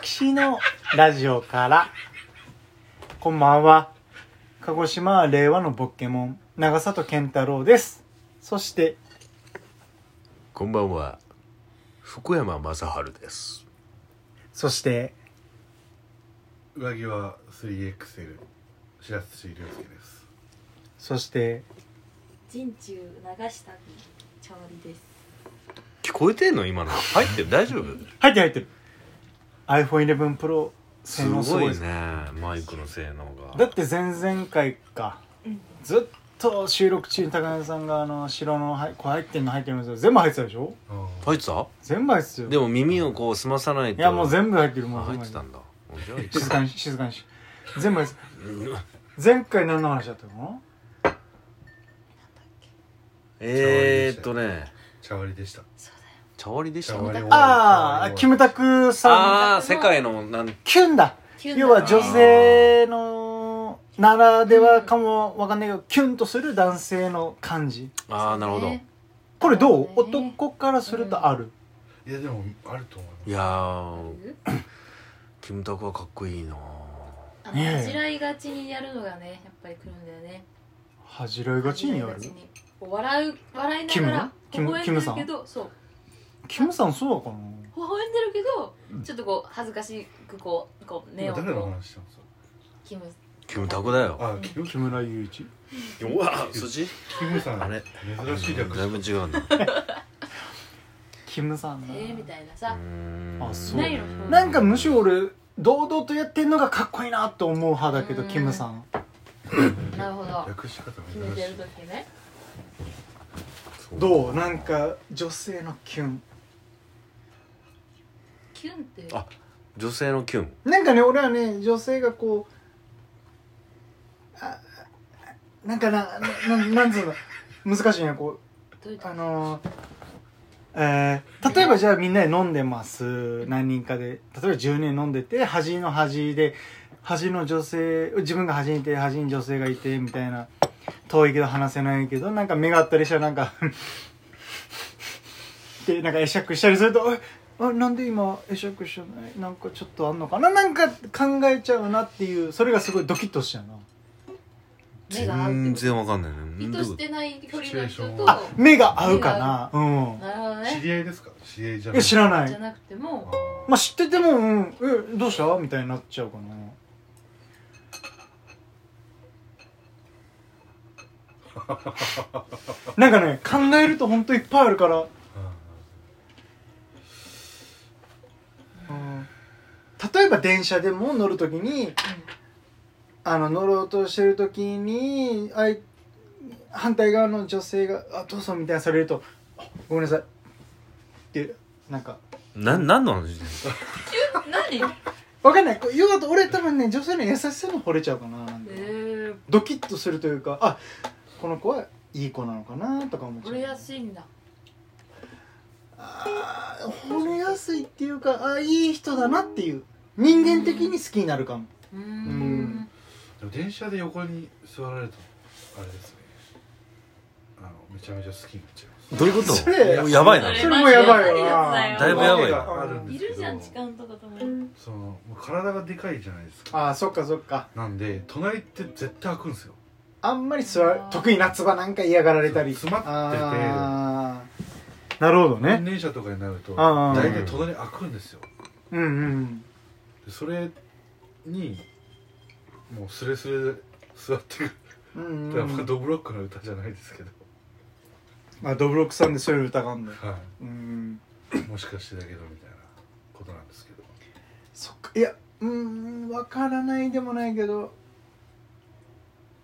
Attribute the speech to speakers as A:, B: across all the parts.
A: 西のラジオからこんばんは鹿児島は令和のボッケモン長里健太郎ですそして
B: こんばんは福山雅治です
A: そして
C: 上着は 3XL 白土涼介です
A: そして
D: 人中流したび調理です
B: 聞こえてんの今の入ってる大丈夫
A: 入ってる入ってる iPhone11 Pro 性
B: す
A: 能す
B: ご
A: ごい
B: い
A: です
B: ねマイクの性能
A: だ
B: が
A: って前々回かずっと収録中に高野さんがあの白のはいこう入ってんの入ってるの全部入ってたでしょ
B: 入ってた
A: 全部入ってたよ
B: でも耳をこう澄まさないと
A: いやもう全部入ってる
B: あ
A: もう
B: 入
A: 全部
B: ってたんだじゃ あ
A: 静かにし静かにし全部入ってた前回何の話だったの
B: えーっとね
C: 茶割りでした
B: 茶割りでし
C: 茶
B: た
C: 割り
A: ああキムタクさん
B: あー世界のなん
A: キュンだ
D: キュンだ
A: 要は女性のならではかもわかんないけどキュンとする男性の感じ
B: ああなるほど
D: ね
A: これどう
D: そうだね
A: 男からするとある
C: いやでもあると思います
B: いやーキムタクはかっこいいな
D: あ
A: ねえ
D: の恥じらいがちにやるのがねやっぱり来るんだよね
A: 恥じらいがちにやる
D: 恥じらいがちに笑う笑いながら
A: キムキム
D: 微笑んでるけどそう
A: キムさんそうかな
D: 微笑んでるけどちょっとこう恥ずかしくこうこう目
C: 今
D: を
C: 誰の
D: こ
C: 話してます
D: うキム
B: キムタクだよ
C: あキム
A: 木村雄一
B: うわそっち
C: キムさん
B: あれ
C: 珍しい略
B: だいぶ違うんだ
A: キムさんだ
D: えーみたいなさ
A: あ
B: あ
A: そう
D: ないの
A: なんかむしろ俺堂々とやってんのがかっこいいなと思う派だけど
D: うん
A: キムさん
D: なるほど
C: 略し方
D: 決め
C: 珍
D: て
C: し
D: やる
C: い
D: ときね
A: どうなんか女性のキュン
D: キュンって
B: あ女性のキュン
A: なんかね俺はね女性がこうああなんかななななんつうの難しいねこ
D: どういう
A: う
D: と
A: あのーえー例えばじゃあみんなで飲んでます何人かで例えば10人飲んでて端の端で端の女性自分が端にいて端に女性がいてみたいな遠いけど話せないけどなんか目があったりしたらなんか でなんか会釈したりすると「おいあなんで今会釈したのなんかちょっとあんのかななんか考えちゃうなっていうそれがすごいドキッとしちゃうな
D: 目が合う
B: 全
D: ってこと
B: 然わかんないね
D: 意図してない距離の人
C: シチュエーショ
D: と
C: ン
A: あ目が合うかなう
D: なるほど
C: 知
D: ね
C: り合いですか知り合いじゃ
A: んい
C: ない
A: や知らな
D: じゃ
A: い
D: なくても
A: まあ知ってても「うんえどうした?」みたいになっちゃうかななんかね考えると本当いっぱいあるからうん例えば電車でも乗るときに、あの乗ろうとしてるときにあい反対側の女性が「あどうぞ」みたいなされるとあ「ごめんなさい」ってなんか
B: な何の話
D: 何
A: わかんないこう言うと俺多分ね女性の優しさに惚れちゃうかななんか
D: え
A: ドキッとするというかあこの子はいい子なのかなとか思っ
D: ー、
A: ちゃ
D: こ
A: う
D: れ安いんだ
A: あー惚れやすいっていうかあーいい人だなっていう人間的に好きになるかも
D: うー
A: うん
D: ん
C: でも電車で横に座られるとあれですねあのめちゃめちゃ好きになっちゃいます
B: どういうこと
A: それ
B: やばいな
D: それ
A: それもやばいわ
D: マジでやばいやつ
B: だいぶやばいな
C: あるん
D: い
C: ですけど
D: るじゃん痴漢とかともに
C: そのもう体がでかいじゃないですか
A: ああそっかそっか
C: なんで隣って絶対開くんですよ
A: あんまり座る得意夏場なんか嫌がられたり
C: 詰まってて
A: あーなるほど
C: 年
A: ね
C: 齢者とかになると
A: ああ
C: 大体隣開くんですよ
A: うんうん
C: でそれにもうスレスレで座ってく
A: うん
C: る、
A: う
C: だからまあ
A: ん、
C: ドブロックの歌じゃないですけど、
A: あドブロックさんでそういう歌があんの
C: は
A: うん
C: い、もしかしてだけどみたいなことなんですけど
A: そっかいやうーんわからないでもないけど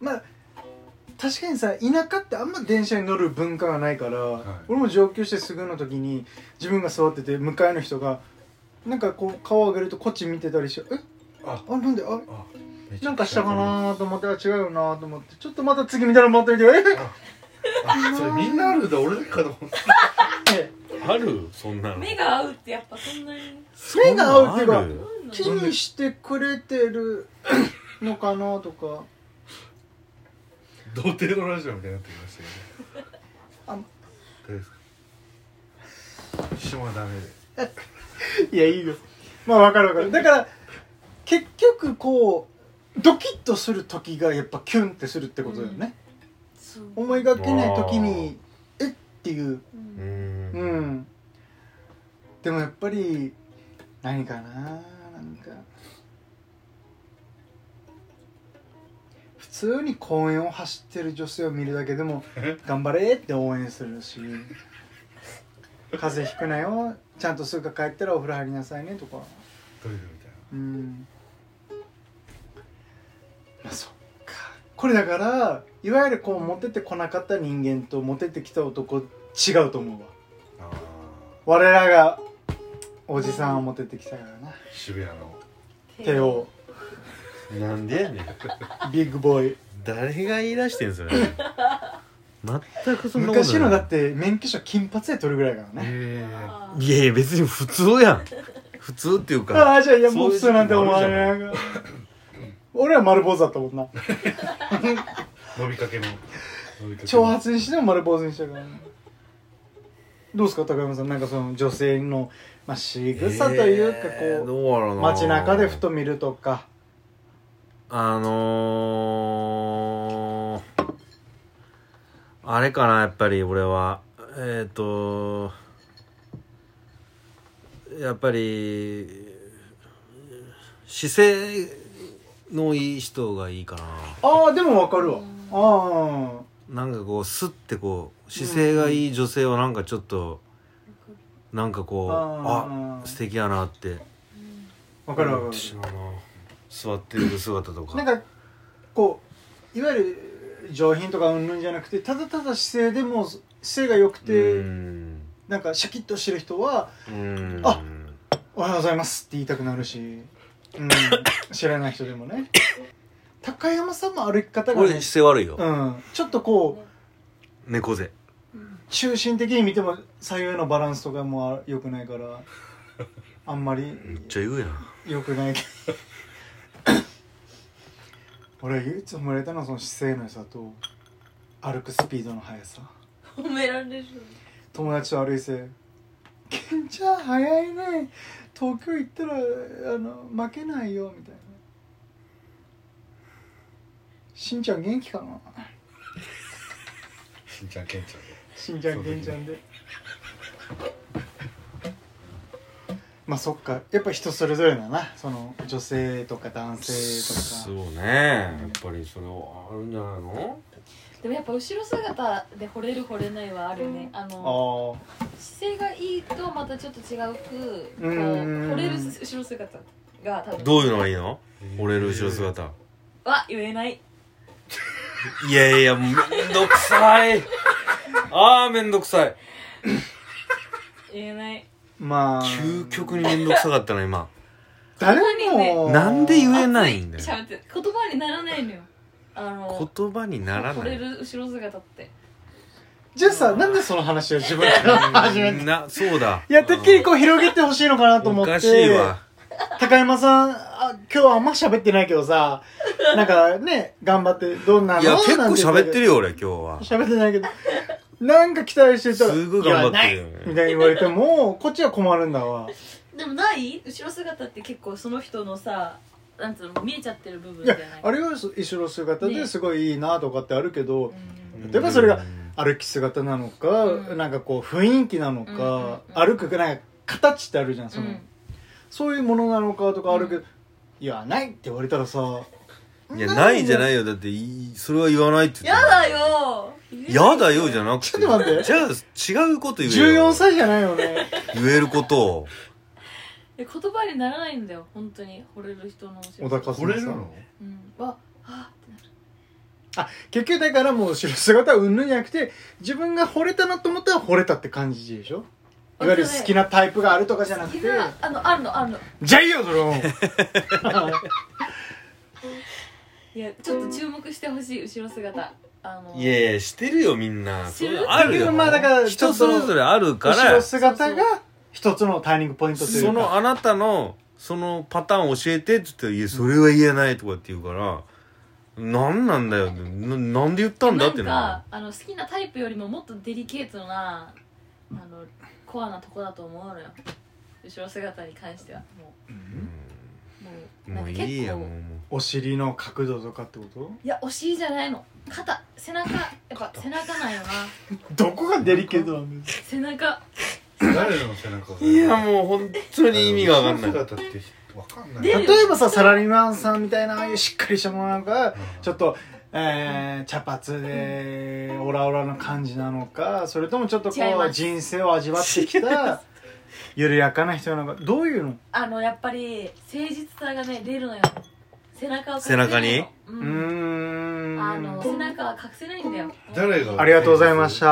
A: まあ確かにさ田舎ってあんま電車に乗る文化がないから、
C: い
A: 俺も上京してすぐの時に自分が座ってて向かいの人がなんかこう顔を上げるとこっち見てたりして「え
C: あ
A: あなんであ
C: あめちゃくちゃ
A: なんかしたかな?」と思って「あ違うよな」と思ってちょっとまた次見たらまた見て「え
C: あそれみんなあるんだ俺だけかと思って
A: え
B: あるそんな
D: 目が合うってやっぱそんなに
A: 目が合うっていうか
D: なんだ
A: 気にしてくれてるのかなとか
C: 童貞のラジオみたいになってきましたけどね大丈夫ですかしてもダメで
A: いやいいですまあわかるわかるだから結局こうドキッとする時がやっぱキュンってするってことだよね、
D: そう
A: 思いがけない時にえっていう
D: う
B: うんん
A: うん、でもやっぱり何かななんか普通に公園を走ってる女性を見るだけでも頑張れって応援する し風邪ひくなよちゃんとすぐ帰ったらお風呂入りなさいねとか
C: トイレみたいな
A: うんまあそっかこれだからいわゆるこうモテてこなかった人間とモテてきた男違うと思うわ
C: ああ
A: 我らがおじさんをモテてきたからな
C: 渋谷の
A: 手 を
B: なんでやねん
A: ビッグボーイ
B: 誰が言い出して んすよね全くそんなことない
A: 昔のだって免許証金髪で取るぐらいだからね
C: え
D: あー
B: いやいや別に普通やん普通っていう
A: あ
B: か
A: あじゃあいやもうそうなんて思わ
B: そうい
A: ない
B: う
A: 俺は丸坊主だったもんな
C: え飲みかけの飲みかけ
A: 挑
C: の
A: 発にしても丸坊主にしたからねどうですか高山さんなんかその女性の、まあ、仕草というかこう、
B: えーどうやろうな
A: 街中でふと見るとか
B: あのー、あれかなやっぱり俺はえっ、とやっぱり姿勢のいい人がいいか
A: ああでもわかるわああ
B: ななんかこうスッてこう姿勢がいい女性はなんかちょっとなんかこう
A: あ
B: あ素敵やなって
A: わかるわか
B: 思っ
A: る
B: てしまうな座ってる姿と
A: な
B: か
A: んかこういわゆる上品とかうんぬんじゃなくてただただ姿勢でもう姿勢が良くて、
B: うん
A: なんかシャキッとしてる人は
B: うん
A: あ「おはようございます」って言いたくなるし、うん、知らない人でもね 高山さんも歩き方が
B: 俺
A: ね、
B: 姿勢悪いよ、
A: うん、ちょっとこう
B: 猫背
A: 中心的に見ても左右のバランスとかもあ良くないからあんまり
B: めっちゃ言うやん
A: よくない俺唯一褒められたのはその姿勢の良さと歩くスピードの速さ
D: 褒められる
A: 友達と歩いて「ケンちゃん早いね東京行ったらあの負けないよ」みたいな「しんちゃん元気かな?
C: しんちゃんけんちゃん」
A: しんちゃんケンちゃんで まあそっかやっぱ人それぞれだなその女性とか男性と
B: そ
A: か
B: うねやっぱりそれはあるんじゃないの
D: でもやっぱ後ろ姿で惚れる惚れないはあるねあの
A: ああ
D: 姿勢がいいとまたちょっと違うくこう
A: うん
D: 惚れる後ろ姿が多分
B: どういうのがいいの
C: え
B: 俺の後ろ姿
D: は言えない
B: いやいやめんどくさいああめんどくさい
D: 言えない
A: まあ
B: 究極にめんどくさかったな今
A: 誰
D: 何
A: も
B: なんで言えないんだよ
D: 喋って言葉にならないのよあの
B: 言葉になら
D: 惚
B: な
D: れ
B: い
D: る後ろ姿って
A: じゃあさなんでその話を自分から始めた
B: なそうだ
A: いやてっきりこう広げてほしいのかなと思
B: お
A: って
B: かしいわ
A: 高山さんあ今日はあんま喋ってないけどさなんかね頑張ってどんなの
B: いや結構喋ってる
A: よ
B: よ俺今日は
A: 喋ってないけどなんか期待してたら
B: すごい頑張ってるよね
A: いやないみたいに言われてもこっちは困るんだわ
D: でもない後ろ姿って結構その人のさなんつうの見えちゃってる部分
A: い
D: じゃ
A: や
D: ない
A: あれは後ろ姿ですごいいいなとかってあるけど、
D: うん
A: 例えばそれが
B: うん
A: 歩き姿なのか、
D: うん
A: なんかこう雰囲気なのか、
D: うん
A: 歩くなんか形ってあるじゃんその、
D: うん
A: そういうものなのかとかあるけど、
D: うん
A: いやないって言われたらさ
B: いやないじゃ
A: い
B: ないよだっていそれは言わないって言
D: や
B: って
D: だよ
B: やだよじゃなくて
A: ちょっと待って
B: じゃあ違うこと言えよ
A: 14歳じゃないよ ね
B: 言えることを
D: いや言葉にならないんだよ本当に惚れる人の後
A: 小
D: ろ
A: 田
D: 姿
A: 和
C: 惚れるの
D: うんわあってなる
A: 結局だからもう後ろ姿うんぬんじゃなくて自分が惚れたなと思ったら惚れたって感じでしょいわゆる好きなタイプがあるとかじゃなく
D: 好
A: て
D: きなあのあるのあるの
A: じゃいいよそれはもう
D: いやちょっと注目してほしい後ろ姿あの
B: いやいやしてるよみんな
D: してる
B: それある
A: 結
B: よ
A: 局まあだからちょ
B: 人
A: っと
B: それぞれあるか
A: 後ろ
B: ら
A: 姿が一つのターニングポイントというか
B: そのあなたのそのパターン教えてって言ったら「いやそれは言えない」とかって言うから「何なんだよ」ななんで言ったんだ
D: な
B: っ
D: ん
B: て
D: か
B: な
D: あの好きなタイプよりももっとデリケートなあのコアなとこだと思うのよ後ろ姿に関してはもうもう
B: も
D: な
B: う
D: んか
B: い
D: 結構
B: いやもうも
A: お尻の角度とかってこと
D: いやお尻じゃないの肩背中やっぱ背中なんよな
A: どこがデリケートなんです
D: 背中
C: 誰の背中
B: ういやもう本当に意味がわかんない
C: 姿ってわかんない
D: で
A: 例えばさサラリーマンさんみたいなああいうしっかりしたものなんかちょっ
C: と
A: と、えー、茶髪でオラオラな感じなのかそれともちょっとこ
D: 違いま
A: う
D: す
A: 人生を味わってき た緩やかな人なのかどういうの
D: あのやっぱり誠実さがね出るのよ背中を隠せ
B: 背
D: ないの
B: 中に
D: う
A: うんーん
D: あの背中は隠せないんだよ
C: 誰が
A: ありがとうございました